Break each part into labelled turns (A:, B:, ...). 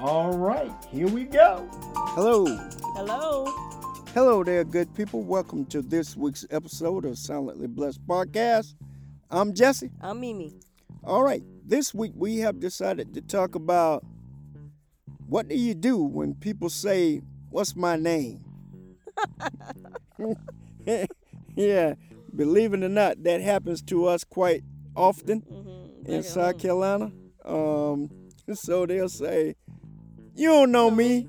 A: All right, here we go. Hello.
B: Hello.
A: Hello there, good people. Welcome to this week's episode of Silently Blessed Podcast. I'm Jesse.
B: I'm Mimi.
A: All right, this week we have decided to talk about what do you do when people say, What's my name? yeah, believe it or not, that happens to us quite often in South Carolina. Um, so they'll say, "You don't know me.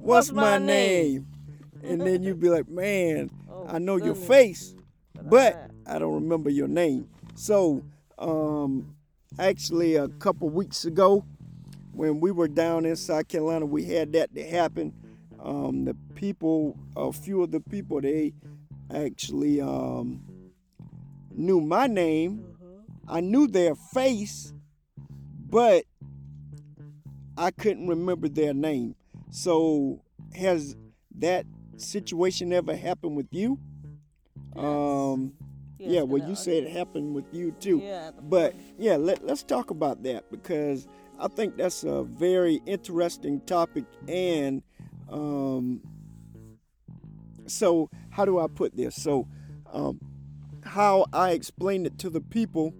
A: What's, my, name?" And then you be like, "Man,
B: Oh,
A: I know your
B: goodness.
A: face,
B: I
A: but
B: can't."
A: I don't remember your name." So, um, actually, a couple weeks ago, when we were down in South Carolina, we had that to happen. Um, the people, a few of the people, they actually um, knew my name. I knew their face, but I couldn't remember their name. So, has that situation ever happened with you? Um, yeah, well, you said it happened with you too.
B: Yeah, at the
A: But yeah, let, let's talk about that because I think that's a very interesting topic. And um, so, how do I put this? So, um, how I explained it to the people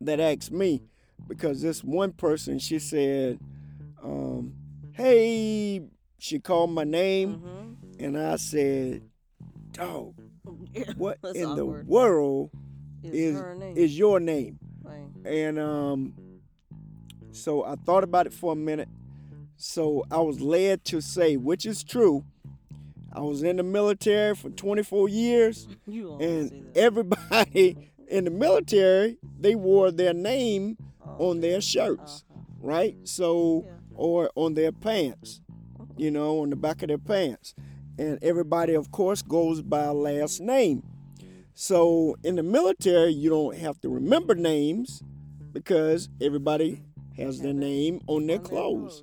A: that asked me, because this one person, she said, um, Hey, she called my name,
B: Mm-hmm.
A: and I said, Dog, what
B: That's
A: in the
B: awkward.
A: world
B: Is,
A: is
B: her name.
A: is your name.
B: right.
A: And um, so I thought about it for a minute. So I was led to say, which is true, I was in the military for 24 years,
B: You all say
A: and
B: that.
A: everybody in the military they wore their name
B: Oh,
A: on their shirts,
B: uh-huh.
A: right? So
B: Yeah.
A: or on their pants, you know, on the back of their pants. And everybody, of course, goes by last name. So in the military, you don't have to remember names because everybody has their name on their
B: on their
A: clothes.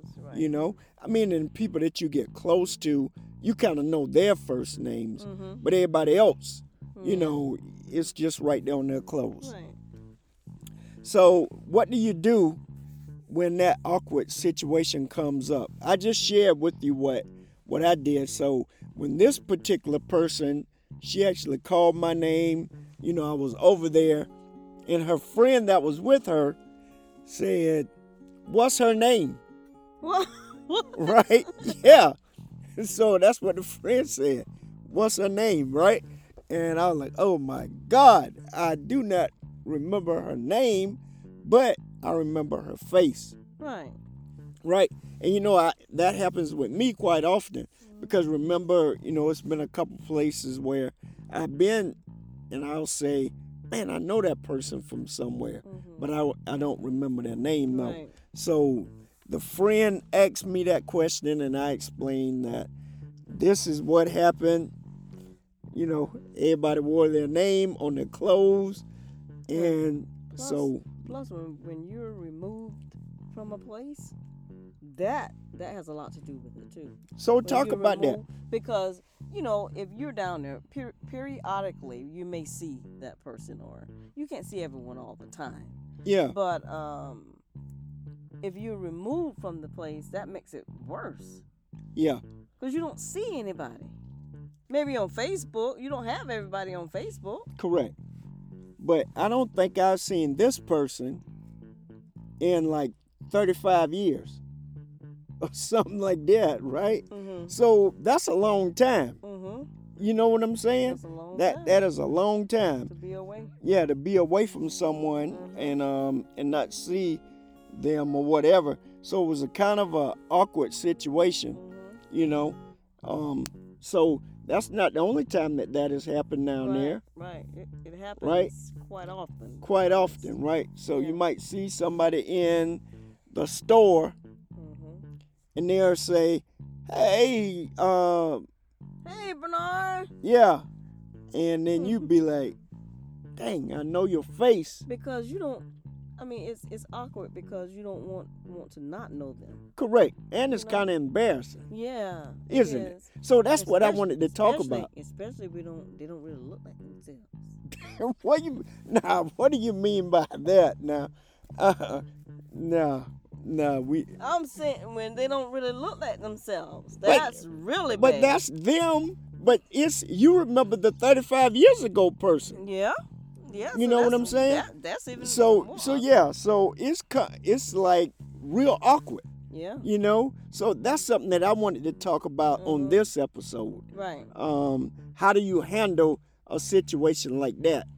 B: clothes, right.
A: You know, I mean, and people that you get close to, you kind of know their first names, but everybody else,
B: Hmm.
A: you know, it's just right there on their clothes.
B: Right.
A: So, what do you do when that awkward situation comes up? I just shared with you what what I did. So, when this particular person, she actually called my name, you know, I was over there, and her friend that was with her said, "What's her name?"
B: What?
A: Right? yeah. So that's what the friend said. What's her name, right? And I was like, oh my God, I do not remember her name, but I remember her face,
B: right.
A: right? And you know, I, that happens with me quite often because remember, you know, it's been a couple places where I've been and I'll say, man, I know that person from somewhere, but I, I don't remember their name though.
B: Right.
A: So the friend asked me that question, and I explained that this is what happened. You know, everybody wore their name on their clothes, and
B: Plus,
A: so
B: plus when, when you're removed from a place, that that has a lot to do with it too.
A: so
B: When
A: talk
B: you're
A: about that.
B: removed- because you know if you're down there per- periodically, you may see that person, or you can't see everyone all the time.
A: Yeah,
B: But um, if you're removed from the place, that makes it worse
A: yeah,
B: because you don't see anybody. Maybe on Facebook, you don't have everybody on Facebook.
A: correct. But I don't think I've seen this person in like 35 years or something like that, right?
B: Mm-hmm.
A: So that's a long time.
B: Mm-hmm.
A: You know what I'm saying?
B: That's a long
A: That
B: time
A: that is a long time.
B: to Mm-hmm. be away.
A: yeah to be away from someone and um and not see them or whatever so it was a kind of a awkward situation
B: Mm-hmm.
A: you know um so that's not the only time that that has happened down
B: right,
A: there
B: Right. It, it happens
A: Right.
B: quite often.
A: quite often right so
B: Yeah.
A: you might see somebody in the store
B: Mm-hmm.
A: and they'll say hey, uh,
B: Hey, Bernard.
A: yeah. And then you'd be like, dang, I know your face.
B: Because you don't. I mean, it's it's awkward because you don't want want to not know them.
A: Correct. And it's
B: No.
A: kind of embarrassing,
B: Yeah.
A: isn't it?
B: yes.
A: So that's what I
B: Especially-
A: wanted to talk
B: especially-
A: about.
B: Especially we don't. They don't really look like themselves.
A: what you nah? What do you mean by that? Now, uh, nah, nah. We,
B: I'm saying when they don't really look like themselves.
A: But-
B: That's really
A: but
B: bad.
A: that's them. But it's you remember the 35 years ago person.
B: yeah. Yeah.
A: You
B: so
A: know what
B: that's-
A: I'm saying?
B: that- that's even
A: So
B: more
A: so
B: awkward.
A: yeah. So it's ki- it's like real awkward.
B: Yeah.
A: You know. So that's something that I wanted to talk about on
B: Mhm.
A: this episode.
B: Right.
A: Um, how do you handle a situation like that?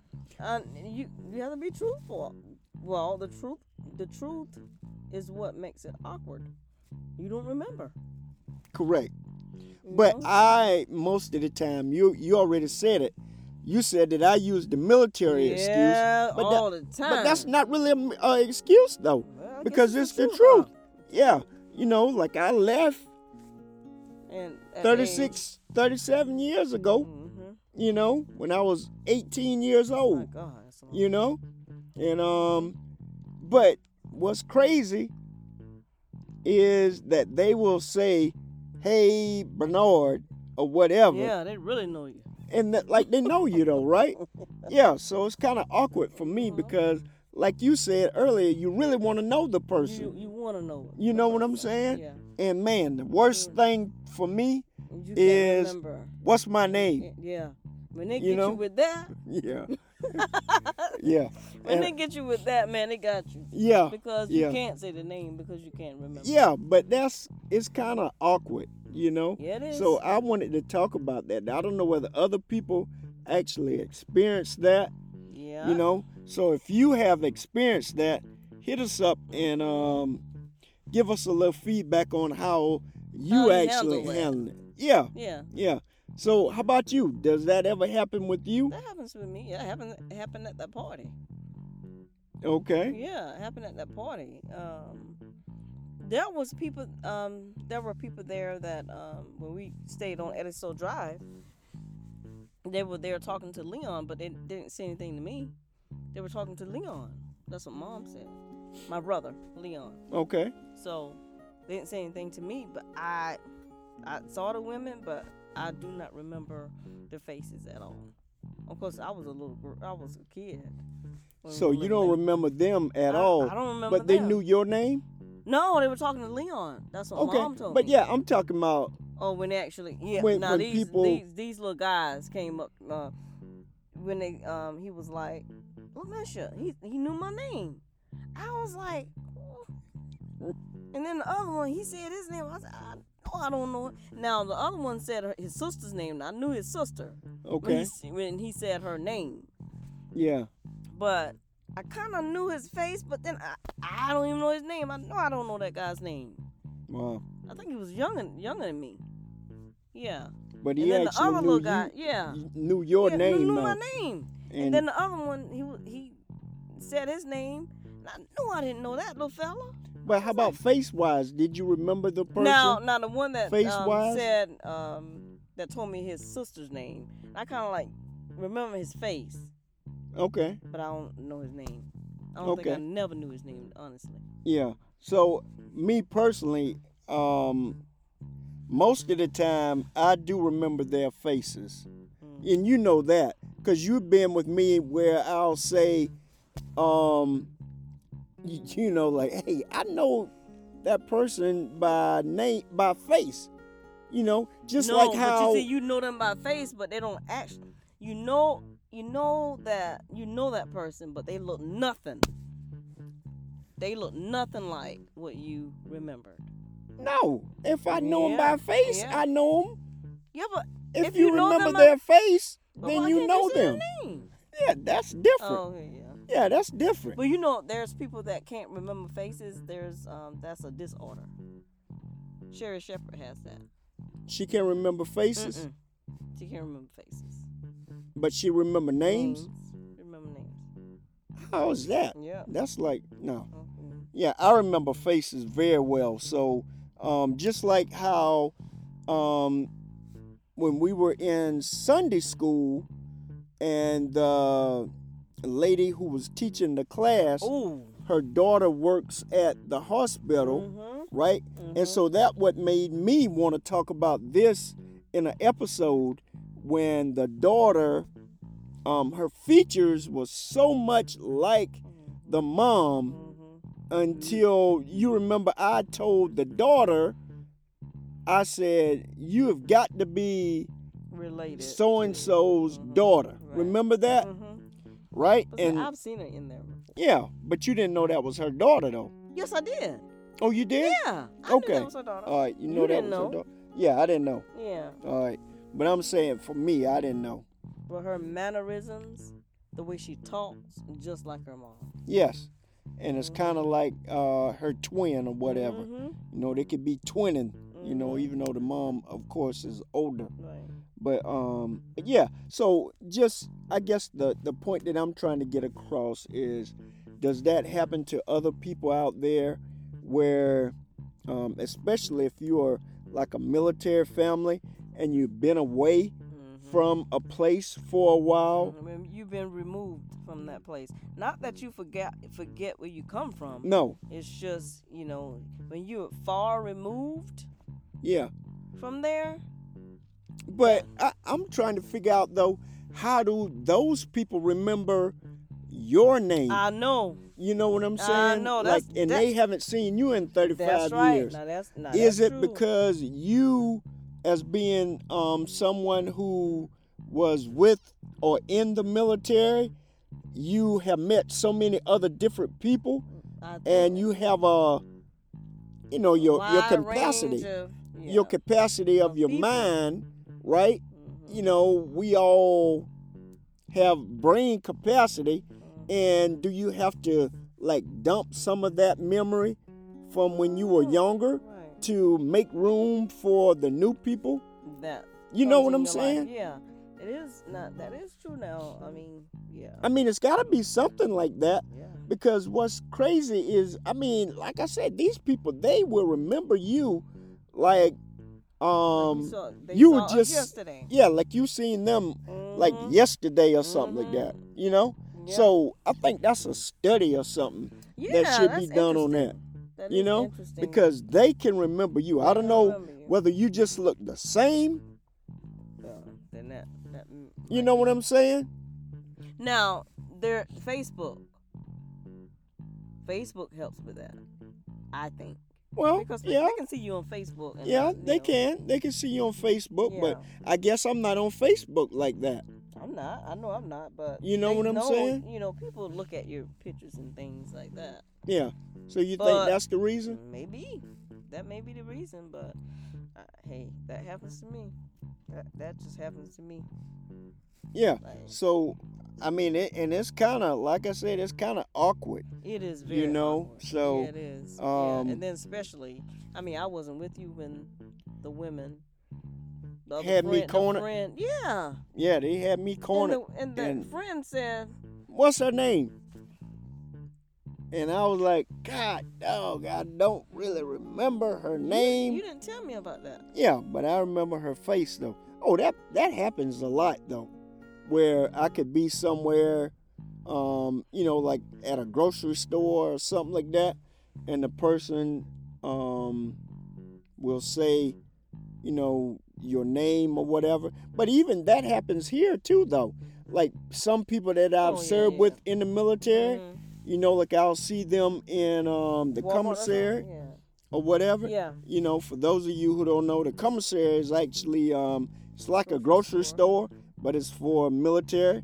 B: And you you have to be truthful. Well, the truth the truth is what makes it awkward. You don't remember.
A: Correct.
B: you
A: But
B: know?
A: I most of the time you you already said it. You said that I used the military excuse,
B: yeah,
A: but that-
B: all the time.
A: but that's not really an excuse though.
B: Well, I guess
A: because it's the
B: huh?
A: Yeah, you know, like I left
B: And at
A: 36, 37 years
B: age-
A: ago.
B: Mhm.
A: You know, when I was eighteen years
B: Oh my
A: old.
B: God, that's a lot.
A: You know, and um, but what's crazy is that they will say, "Hey Bernard" or whatever.
B: Yeah, they really know you.
A: and that like they know you though, right? Yeah, so it's kind of awkward for me
B: Uh-huh.
A: because, like you said earlier, you really want to know the
B: You
A: person,
B: you want to know it.
A: You know what I'm saying?
B: Yeah.
A: and man, the worst
B: Yeah.
A: thing for me,
B: You
A: Is-
B: can't remember.
A: what's my name?
B: Yeah. When they
A: You
B: get you,
A: know?
B: with that,
A: Yeah, yeah,
B: when
A: And-
B: they get you with that, man, they got you.
A: yeah,
B: Because
A: Yeah.
B: you can't say the name because you can't remember.
A: yeah. But that's it's kind of awkward, you know.
B: Yeah, it is.
A: So I wanted to talk about that. I don't know whether other people actually experience that,
B: yeah.
A: you know. So if you have experienced that, hit us up and um, give us a little feedback on how you
B: How you
A: actually
B: handle it.
A: handle it. Yeah,
B: Yeah.
A: yeah. So how about you? Does that ever happen with you?
B: That happens with me. Yeah, it happened it happened at that party.
A: Okay.
B: Yeah, it happened at that party. Um, there was people. Um, there were people there that um, when we stayed on Edison Drive, they were there talking to Leon, but they didn't say anything to me. They were talking to Leon. That's what Mom said. My brother, Leon.
A: Okay.
B: So they didn't say anything to me, but I, I saw the women, but I do not remember their faces at all. Of course, I was a little girl. I was a kid. when
A: So
B: we
A: you
B: lived
A: don't
B: there.
A: remember them at
B: I-
A: all,
B: I don't remember.
A: but they
B: them.
A: knew your name.
B: No, they were talking to Leon. That's what
A: Okay.
B: mom told
A: But
B: me.
A: yeah, I'm talking about
B: Oh, when they actually yeah.
A: When-
B: now
A: when
B: these,
A: people-
B: these these little guys came up uh, when they um he was like, Lamisha, he he knew my name. I was like, "Oh." and then the other one he said his name. I said, I, oh, I don't know. it." Now the other one said her, his sister's name. And I knew his sister when he,
A: okay.
B: s- when he said her name,
A: Yeah.
B: but. I kind of knew his face, but then I, I don't even know his name. I know I don't know that guy's name.
A: Wow.
B: I think he was younger younger than me. Yeah.
A: But
B: and
A: he
B: then the
A: actually
B: other
A: knew
B: little
A: you,
B: guy, yeah.
A: you knew your
B: yeah,
A: name
B: He knew
A: though.
B: my name. And,
A: And
B: then the other one, he wa- he said his name. And I knew I didn't know that little fella.
A: but how about face wise? Did you remember the person?
B: Now, now the one that
A: Face-wise?
B: um, said um, that told me his sister's name. I kind of like remember his face,
A: Okay.
B: but I don't know his name. I don't think I
A: Okay.
B: never knew his name, honestly.
A: Yeah. So me personally, um, most of the time I do remember their faces,
B: Mm.
A: and you know that because you've been with me where I'll say, um, you, you know, like, hey, I know that person by name, by face. You know, just
B: no,
A: like how
B: but you see, you know them by face, but they don't act. You know, you know that you know that person, but they look nothing. They look nothing like what you remembered.
A: no, if I know them
B: Yeah,
A: by face,
B: yeah.
A: I know them.
B: Yeah, but
A: If,
B: If
A: you,
B: you know
A: remember
B: them Oh, by-
A: their face,
B: but
A: then
B: why
A: you
B: can't
A: know
B: say their
A: them.
B: name?
A: Yeah, that's different.
B: Oh okay, yeah.
A: Yeah, that's different.
B: But you know, there's people that can't remember faces. There's um, that's a disorder. Sherry Shepherd has that.
A: She can't remember faces,
B: Mm-mm. She can't remember faces.
A: but she remember names.
B: Remember names.
A: How is that?
B: Mm-hmm. Yeah.
A: That's like no.
B: Mhm.
A: Yeah, I remember faces very well. So, um, just like how um, when we were in Sunday school, and the lady who was teaching the class,
B: Ooh.
A: her daughter works at the hospital,
B: Mhm.
A: right? And so that what made me want to talk about this in an episode when the daughter, um, her features was so much like the mom
B: Mhm.
A: until you remember I told the daughter, I said, You have got to be
B: Related.
A: so and so's daughter.
B: Right.
A: Remember that?
B: Mhm.
A: Right?
B: But see,
A: And
B: I've seen her in there. before.
A: yeah, but you didn't know that was her daughter though.
B: Yes, I did.
A: Oh, you did?
B: Yeah. I Knew
A: Okay.
B: that was her daughter.
A: All right, you know
B: You
A: that
B: didn't
A: was
B: know.
A: her daughter. Yeah, I didn't know.
B: yeah.
A: All right. But I'm saying for me, I didn't know.
B: But her mannerisms, the way she talks, just like her mom.
A: Yes. And it's kind of like uh, her twin or whatever.
B: Mhm.
A: You know, they could be twinning, you know,
B: Mm-hmm.
A: even though the mom, of course, is older.
B: Right.
A: but um
B: Mm-hmm.
A: but yeah so just i guess the the point that i'm trying to get across is does that happen to other people out there where um, especially if you're like a military family and you've been away
B: Mhm.
A: from a place for a while
B: Mhm. When You've been removed from that place. Not that you forget forget where you come from.
A: no
B: It's just you know when you're far removed
A: yeah
B: from there.
A: but I, i'm trying to figure out though how do those people remember your name
B: I know.
A: you know what i'm saying
B: I know, Uh, that's-
A: like and
B: that-
A: they haven't seen you in 35
B: That's right.
A: years
B: Now that's now
A: is
B: that's
A: it
B: true.
A: because you as being um, someone who was with or in the military you have met so many other different people
B: I think
A: and you have a you know your your
B: wide
A: capacity
B: range of- yeah.
A: your capacity of
B: Of
A: your
B: people.
A: mind right
B: Mhm.
A: you know we all have brain capacity
B: Mm-hmm.
A: and do you have to like dump some of that memory from when you were younger
B: Right.
A: to make room for the new people.
B: That
A: You know
B: comes
A: what
B: in
A: I'm
B: your life.
A: saying?
B: Yeah. It is not that is true now. I mean, yeah.
A: I mean, it's got to be something like that
B: Yeah.
A: because what's crazy is, I mean, like I said, these people they will remember you, like,
B: Like you
A: um,
B: saw, they
A: you
B: saw
A: were
B: us
A: just-
B: yesterday.
A: yeah, like you seen them like
B: Mhm.
A: yesterday or something like that. You know?
B: Mm-hmm. Yeah.
A: So I think that's a study or something
B: yeah,
A: that should be
B: that's
A: done on that.
B: interesting. That
A: you
B: is
A: know,
B: interesting.
A: because they can remember you. I
B: They
A: don't
B: can
A: know
B: remember you.
A: whether you just look the same.
B: Uh, then that, that m-
A: You
B: might
A: know
B: be-
A: what I'm saying?
B: Now, their Facebook. Facebook helps with that, I think.
A: Well,
B: Because people
A: Oh, yeah.
B: can see you on Facebook. And
A: Yeah,
B: not, you
A: they
B: know,
A: can. They can see you on Facebook, but I guess I'm not on Facebook like that.
B: I'm not. I know I'm not, but
A: You know
B: they
A: what I'm saying?
B: You know, people look at your pictures and things like that.
A: Yeah. So
B: Mm-hmm.
A: you
B: But-
A: think that's the reason?
B: Maybe that may be the reason, but uh, hey, that happens to me. That, that just happens to me.
A: Yeah.
B: Like
A: So I mean, it, and it's kind of like I said, it's kind of awkward.
B: it is
A: You
B: very.
A: know,
B: awkward.
A: so,
B: yeah, it is. Yeah,
A: um,
B: and then especially, I mean, I wasn't with you when the women the other
A: Had me
B: friend- the
A: cornered.
B: friend- yeah,
A: Yeah, they had me cornered.
B: and the, and
A: and-
B: the friend said,
A: What's her name? And I was like, God, dog, I don't really remember her
B: "You-
A: name.
B: You, didn't tell me about that.
A: Yeah, but I remember her face though. Oh, that that happens a lot though, where I could be somewhere, um, you know, like at a grocery store or something like that, and the person um, will say, you know, your name or whatever. But even that happens here too though. Like some people that I've
B: Oh, yeah,
A: served
B: yeah.
A: with in the military,
B: Mhm.
A: you know, like I'll see them in um, the
B: Walmart or
A: commissary
B: something?
A: or whatever.
B: Yeah. yeah.
A: You know, for those of you who don't know, the commissary is actually um, it's like a
B: Grocery
A: grocery store, but it's for military.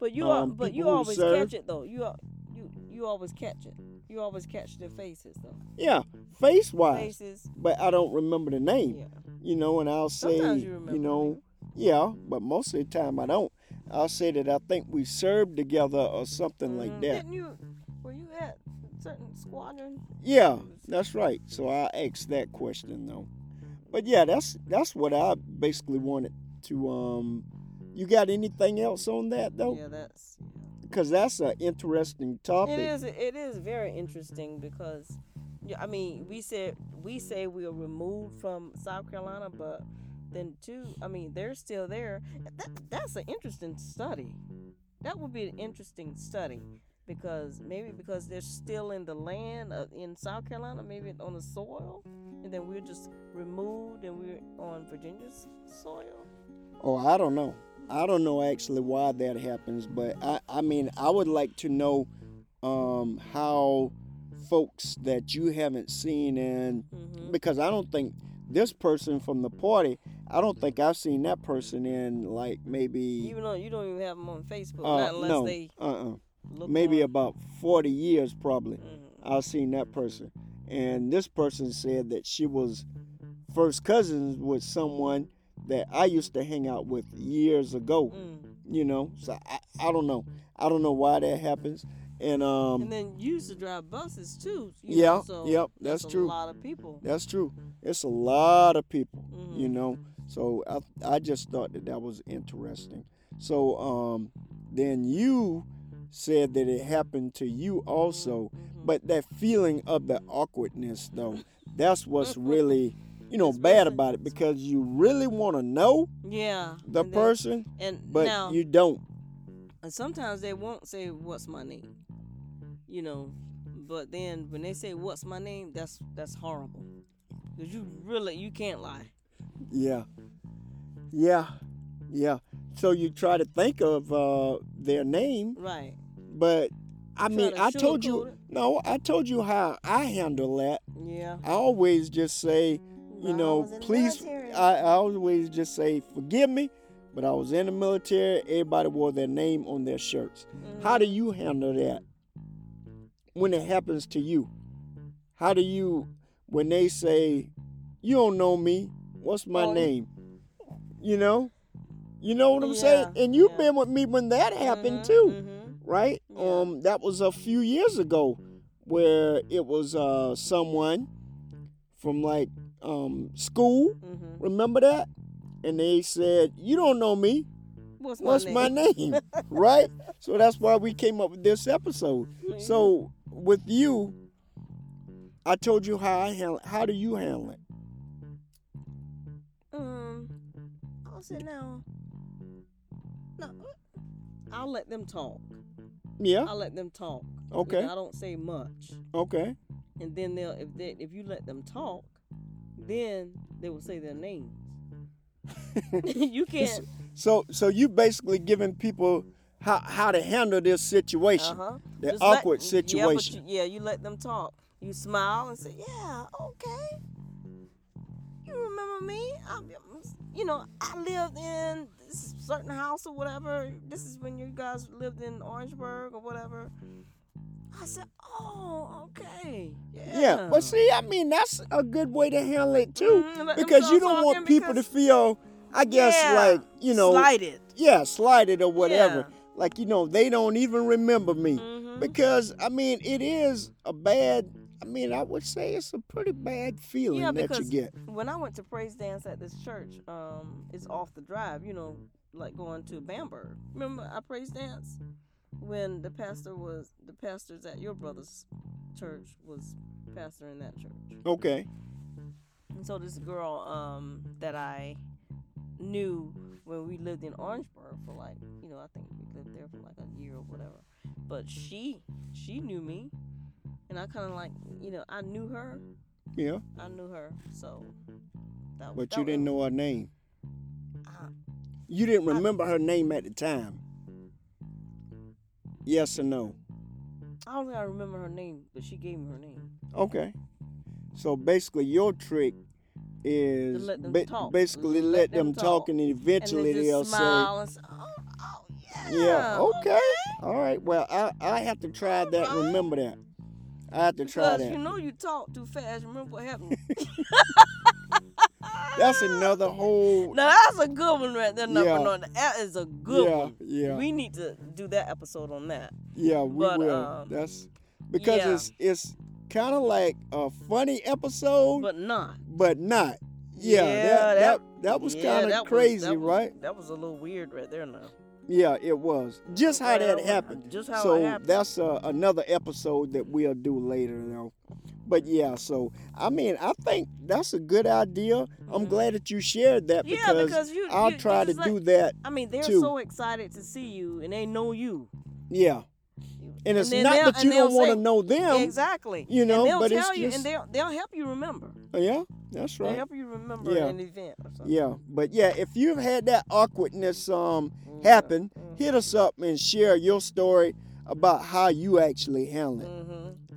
B: But you are,
A: um,
B: but you
A: people who
B: always
A: serve.
B: catch it though. You are, you you always catch it. You always catch their faces though.
A: Yeah, face wise,
B: Faces.
A: but I don't remember the name.
B: Yeah.
A: You know, and I'll say,
B: Sometimes you remember.
A: know, yeah, but most of the time I don't. I'll say that I think we served together or something like
B: Mhm.
A: that.
B: Didn't you? Were you at a certain squadron?
A: Yeah, that's right. So I asked that question though. But yeah, that's that's what I basically wanted to. Um, you got anything else on that though?
B: Yeah, that's. yeah.
A: because that's an interesting topic.
B: It is. It is very interesting because, yeah, I mean, we said we say we are removed from South Carolina, but then too, I mean, they're still there. That, that's an interesting study. That would be an interesting study because maybe because they're still in the land of, in South Carolina, maybe on the soil, and then we're just removed and we're on Virginia's soil.
A: Oh, I don't know. I don't know actually why that happens, but I, I mean, I would like to know um, how folks that you haven't seen and
B: Mm-hmm.
A: because I don't think this person from the party, I don't think I've seen that person in like maybe
B: Even though you don't even have them on Facebook,
A: uh,
B: not unless
A: no,
B: they
A: uh-uh,
B: look.
A: maybe
B: on,
A: about 40 years probably.
B: Mhm.
A: I've seen that person. And this person said that she was first cousins with someone that I used to hang out with years ago,
B: Mm.
A: you know. So I, I don't know. I don't know why that happens. And um
B: And then you used to drive buses too. You
A: Yeah,
B: Know, so
A: yep, that's
B: A
A: true.
B: lot of people.
A: that's true.
B: Mm-hmm.
A: It's a lot of people,
B: Mhm.
A: you know. So I I just thought that that was interesting. So um then you said that it happened to you also.
B: Mhm.
A: But that feeling of the awkwardness, though, that's what's really, you know,
B: It's
A: bad
B: really-
A: about it because you really want to know
B: Yeah.
A: the
B: and then-
A: person,
B: And
A: but
B: now,
A: you don't.
B: and sometimes they won't say what's my name, you know. But then when they say what's my name, that's that's horrible. Cause you really you can't lie.
A: Yeah. Yeah. Yeah. So you try to think of uh, their name,
B: Right.
A: but I
B: Try
A: mean,
B: to
A: I told
B: sugarcoat
A: you,
B: it.
A: no, I told you how I handle that.
B: Yeah.
A: I always just say,
B: Well,
A: you
B: I
A: know,
B: was in the
A: please,
B: military.
A: I, I always just say, forgive me, but I was in the military. Everybody wore their name on their shirts. How
B: Mm.
A: do you handle that when it happens to you? How do you, when they say, you don't know me, what's my
B: Oh.
A: name? You know? You know what I'm
B: Yeah,
A: saying? And you've
B: yeah.
A: been with me when that happened
B: Mhm,
A: too
B: mhm.
A: right?
B: Yeah.
A: Um, that was a few years ago, where it was uh someone from like um school.
B: Mhm.
A: Remember that? And they said, "You don't know me.
B: What's my
A: What's
B: name?
A: my name?" right? So that's why we came up with this episode. So with you, I told you how I handle. How do you handle it?
B: um, I'll sit down. No, mm, I'll let them talk.
A: Yeah.
B: I'll let them talk. You
A: Okay.
B: know, I don't say much.
A: Okay.
B: and then they'll if they if you let them talk, then they will say their names. you can't.
A: So so you basically giving people how how to handle this situation,
B: Uh-huh.
A: the
B: Just let-
A: awkward
B: Yeah, but
A: situation.
B: you, yeah, you let them talk. You smile and say, "Yeah, okay. You remember me? I'm, you know, I lived in this certain house or whatever. This is when you guys lived in Orangeburg or whatever." I said, "Oh, okay. Yeah."
A: Yeah, but see, I mean, that's a good way to handle it too,
B: Mhm, let them
A: because you
B: start
A: don't want
B: talking
A: people to
B: because-
A: feel, I guess,
B: Yeah,
A: like you know,
B: slighted.
A: yeah, slighted or whatever.
B: Yeah.
A: Like you know, they don't even remember me
B: Mhm.
A: because I mean, it is a bad. I mean, I would say it's a pretty bad feeling
B: Yeah,
A: that you
B: because
A: get.
B: when I went to praise dance at this church, um, it's off the drive, you know, like going to Bamberg. Remember I praise dance when the pastor was the pastors at your brother's church was pastor in that church.
A: Okay.
B: And so this girl um, that I knew when we lived in Orangeburg for like, you know, I think we lived there for like a year or whatever. But she she knew me, and I kind of like, you know, I knew her.
A: Yeah,
B: I knew her, so. That,
A: but
B: that
A: you didn't
B: was-
A: know her name.
B: I-
A: You didn't
B: Uh-huh. I-
A: remember her name at the time. Yes or no?
B: I don't think I remember her name, but she gave me her name.
A: Okay. So basically, your trick is
B: let them
A: ba-
B: talk.
A: basically
B: Let
A: let,
B: them
A: them talk,
B: talk.
A: and eventually
B: and then
A: they'll
B: just smile and say, oh, oh,
A: say,
B: yeah.
A: "Yeah, okay, all right." Well, I I have to try that.
B: Alright.
A: Remember that. I have to try
B: Because
A: that.
B: you know you talk too fast. Remember what happened?
A: That's another whole.
B: now that's a good one right there. Number
A: Yeah.
B: one. That is a good
A: yeah,
B: one.
A: yeah,
B: We need to do that episode on that.
A: yeah. We
B: but,
A: will.
B: um,
A: That's because
B: yeah.
A: it's it's kind of like a funny episode, but,
B: But not.
A: not. Yeah,
B: Yeah,
A: that, that
B: that-
A: that was
B: Yeah,
A: kind
B: that
A: of
B: was-
A: crazy,
B: that was-
A: right?
B: That was a little weird right there now.
A: Yeah, it was. Just how
B: Well,
A: that happened.
B: Just how
A: so
B: it happened.
A: that's uh, another episode that we'll do later, though. But yeah, so I mean, I think that's a good idea. I'm
B: Mhm.
A: glad that you shared that
B: yeah,
A: because,
B: because you.
A: I'll
B: you-
A: try to
B: it's like-
A: do that.
B: I mean, they're
A: too.
B: so excited to see you, and they know you.
A: Yeah, and it's
B: then
A: not
B: they'll-
A: that you
B: and they'll
A: don't want to
B: say-
A: know them.
B: exactly.
A: you know,
B: and they'll
A: but
B: tell
A: it's
B: you,
A: just-
B: and they'll they'll help you remember.
A: Yeah, that's
B: They'll
A: right.
B: help you remember
A: Yeah.
B: an event or something.
A: Yeah, but yeah, if you've had that awkwardness um
B: Mhm.
A: happen, hit us up and share your story about how you actually handle it.
B: Mhm.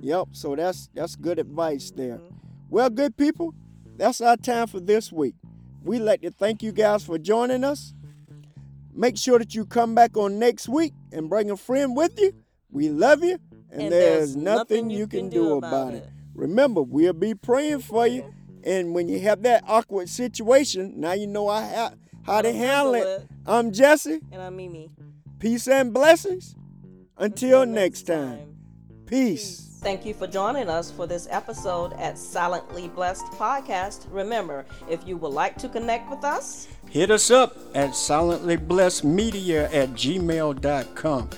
A: Yep, so that's that's good advice there.
B: Mhm.
A: Well, good people, that's our time for this week. We'd like to thank you guys for joining us. Make sure that you come back on next week and bring a friend with you. We love you, and, there's, nothing, you can, do about it. Remember, we'll be praying for you. And when you have that awkward situation, now you know I ha- how to handle it. I'm Jesse.
B: And I'm Mimi.
A: Peace and blessings. Until next time, peace.
B: Thank you for joining us for this episode at Silently Blessed Podcast. Remember, if you would like to connect with us,
A: Hit us up at silentlyblessedmedia at gmail.com.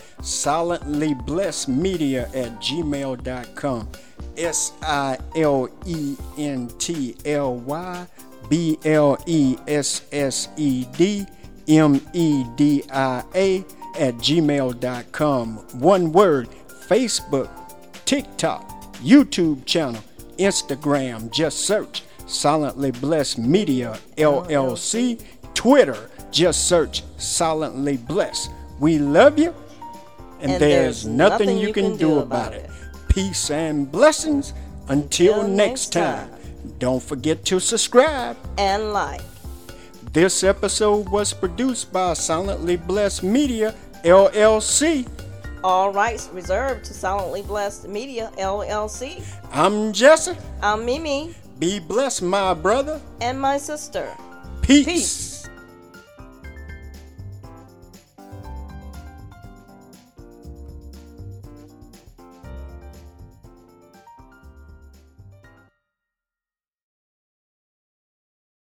A: Silentlyblessedmedia at gmail.com. S I L E N T L Y B L E S S E D M E D I A at gmail.com. One word Facebook, TikTok, YouTube channel. Instagram, just search Silently Blessed Media LLC. Twitter, just search Silently Blessed. We love you, and, there's, nothing, you can, do about it. Peace and blessings. Until,
B: Until next
A: next time, don't forget to subscribe.
B: and like.
A: This episode was produced by Silently Blessed Media LLC.
B: All rights reserved to Silently Blessed Media LLC.
A: I'm Jesse.
B: I'm Mimi
A: Be blessed, my brother.
B: and my sister.
A: Peace.
B: Peace.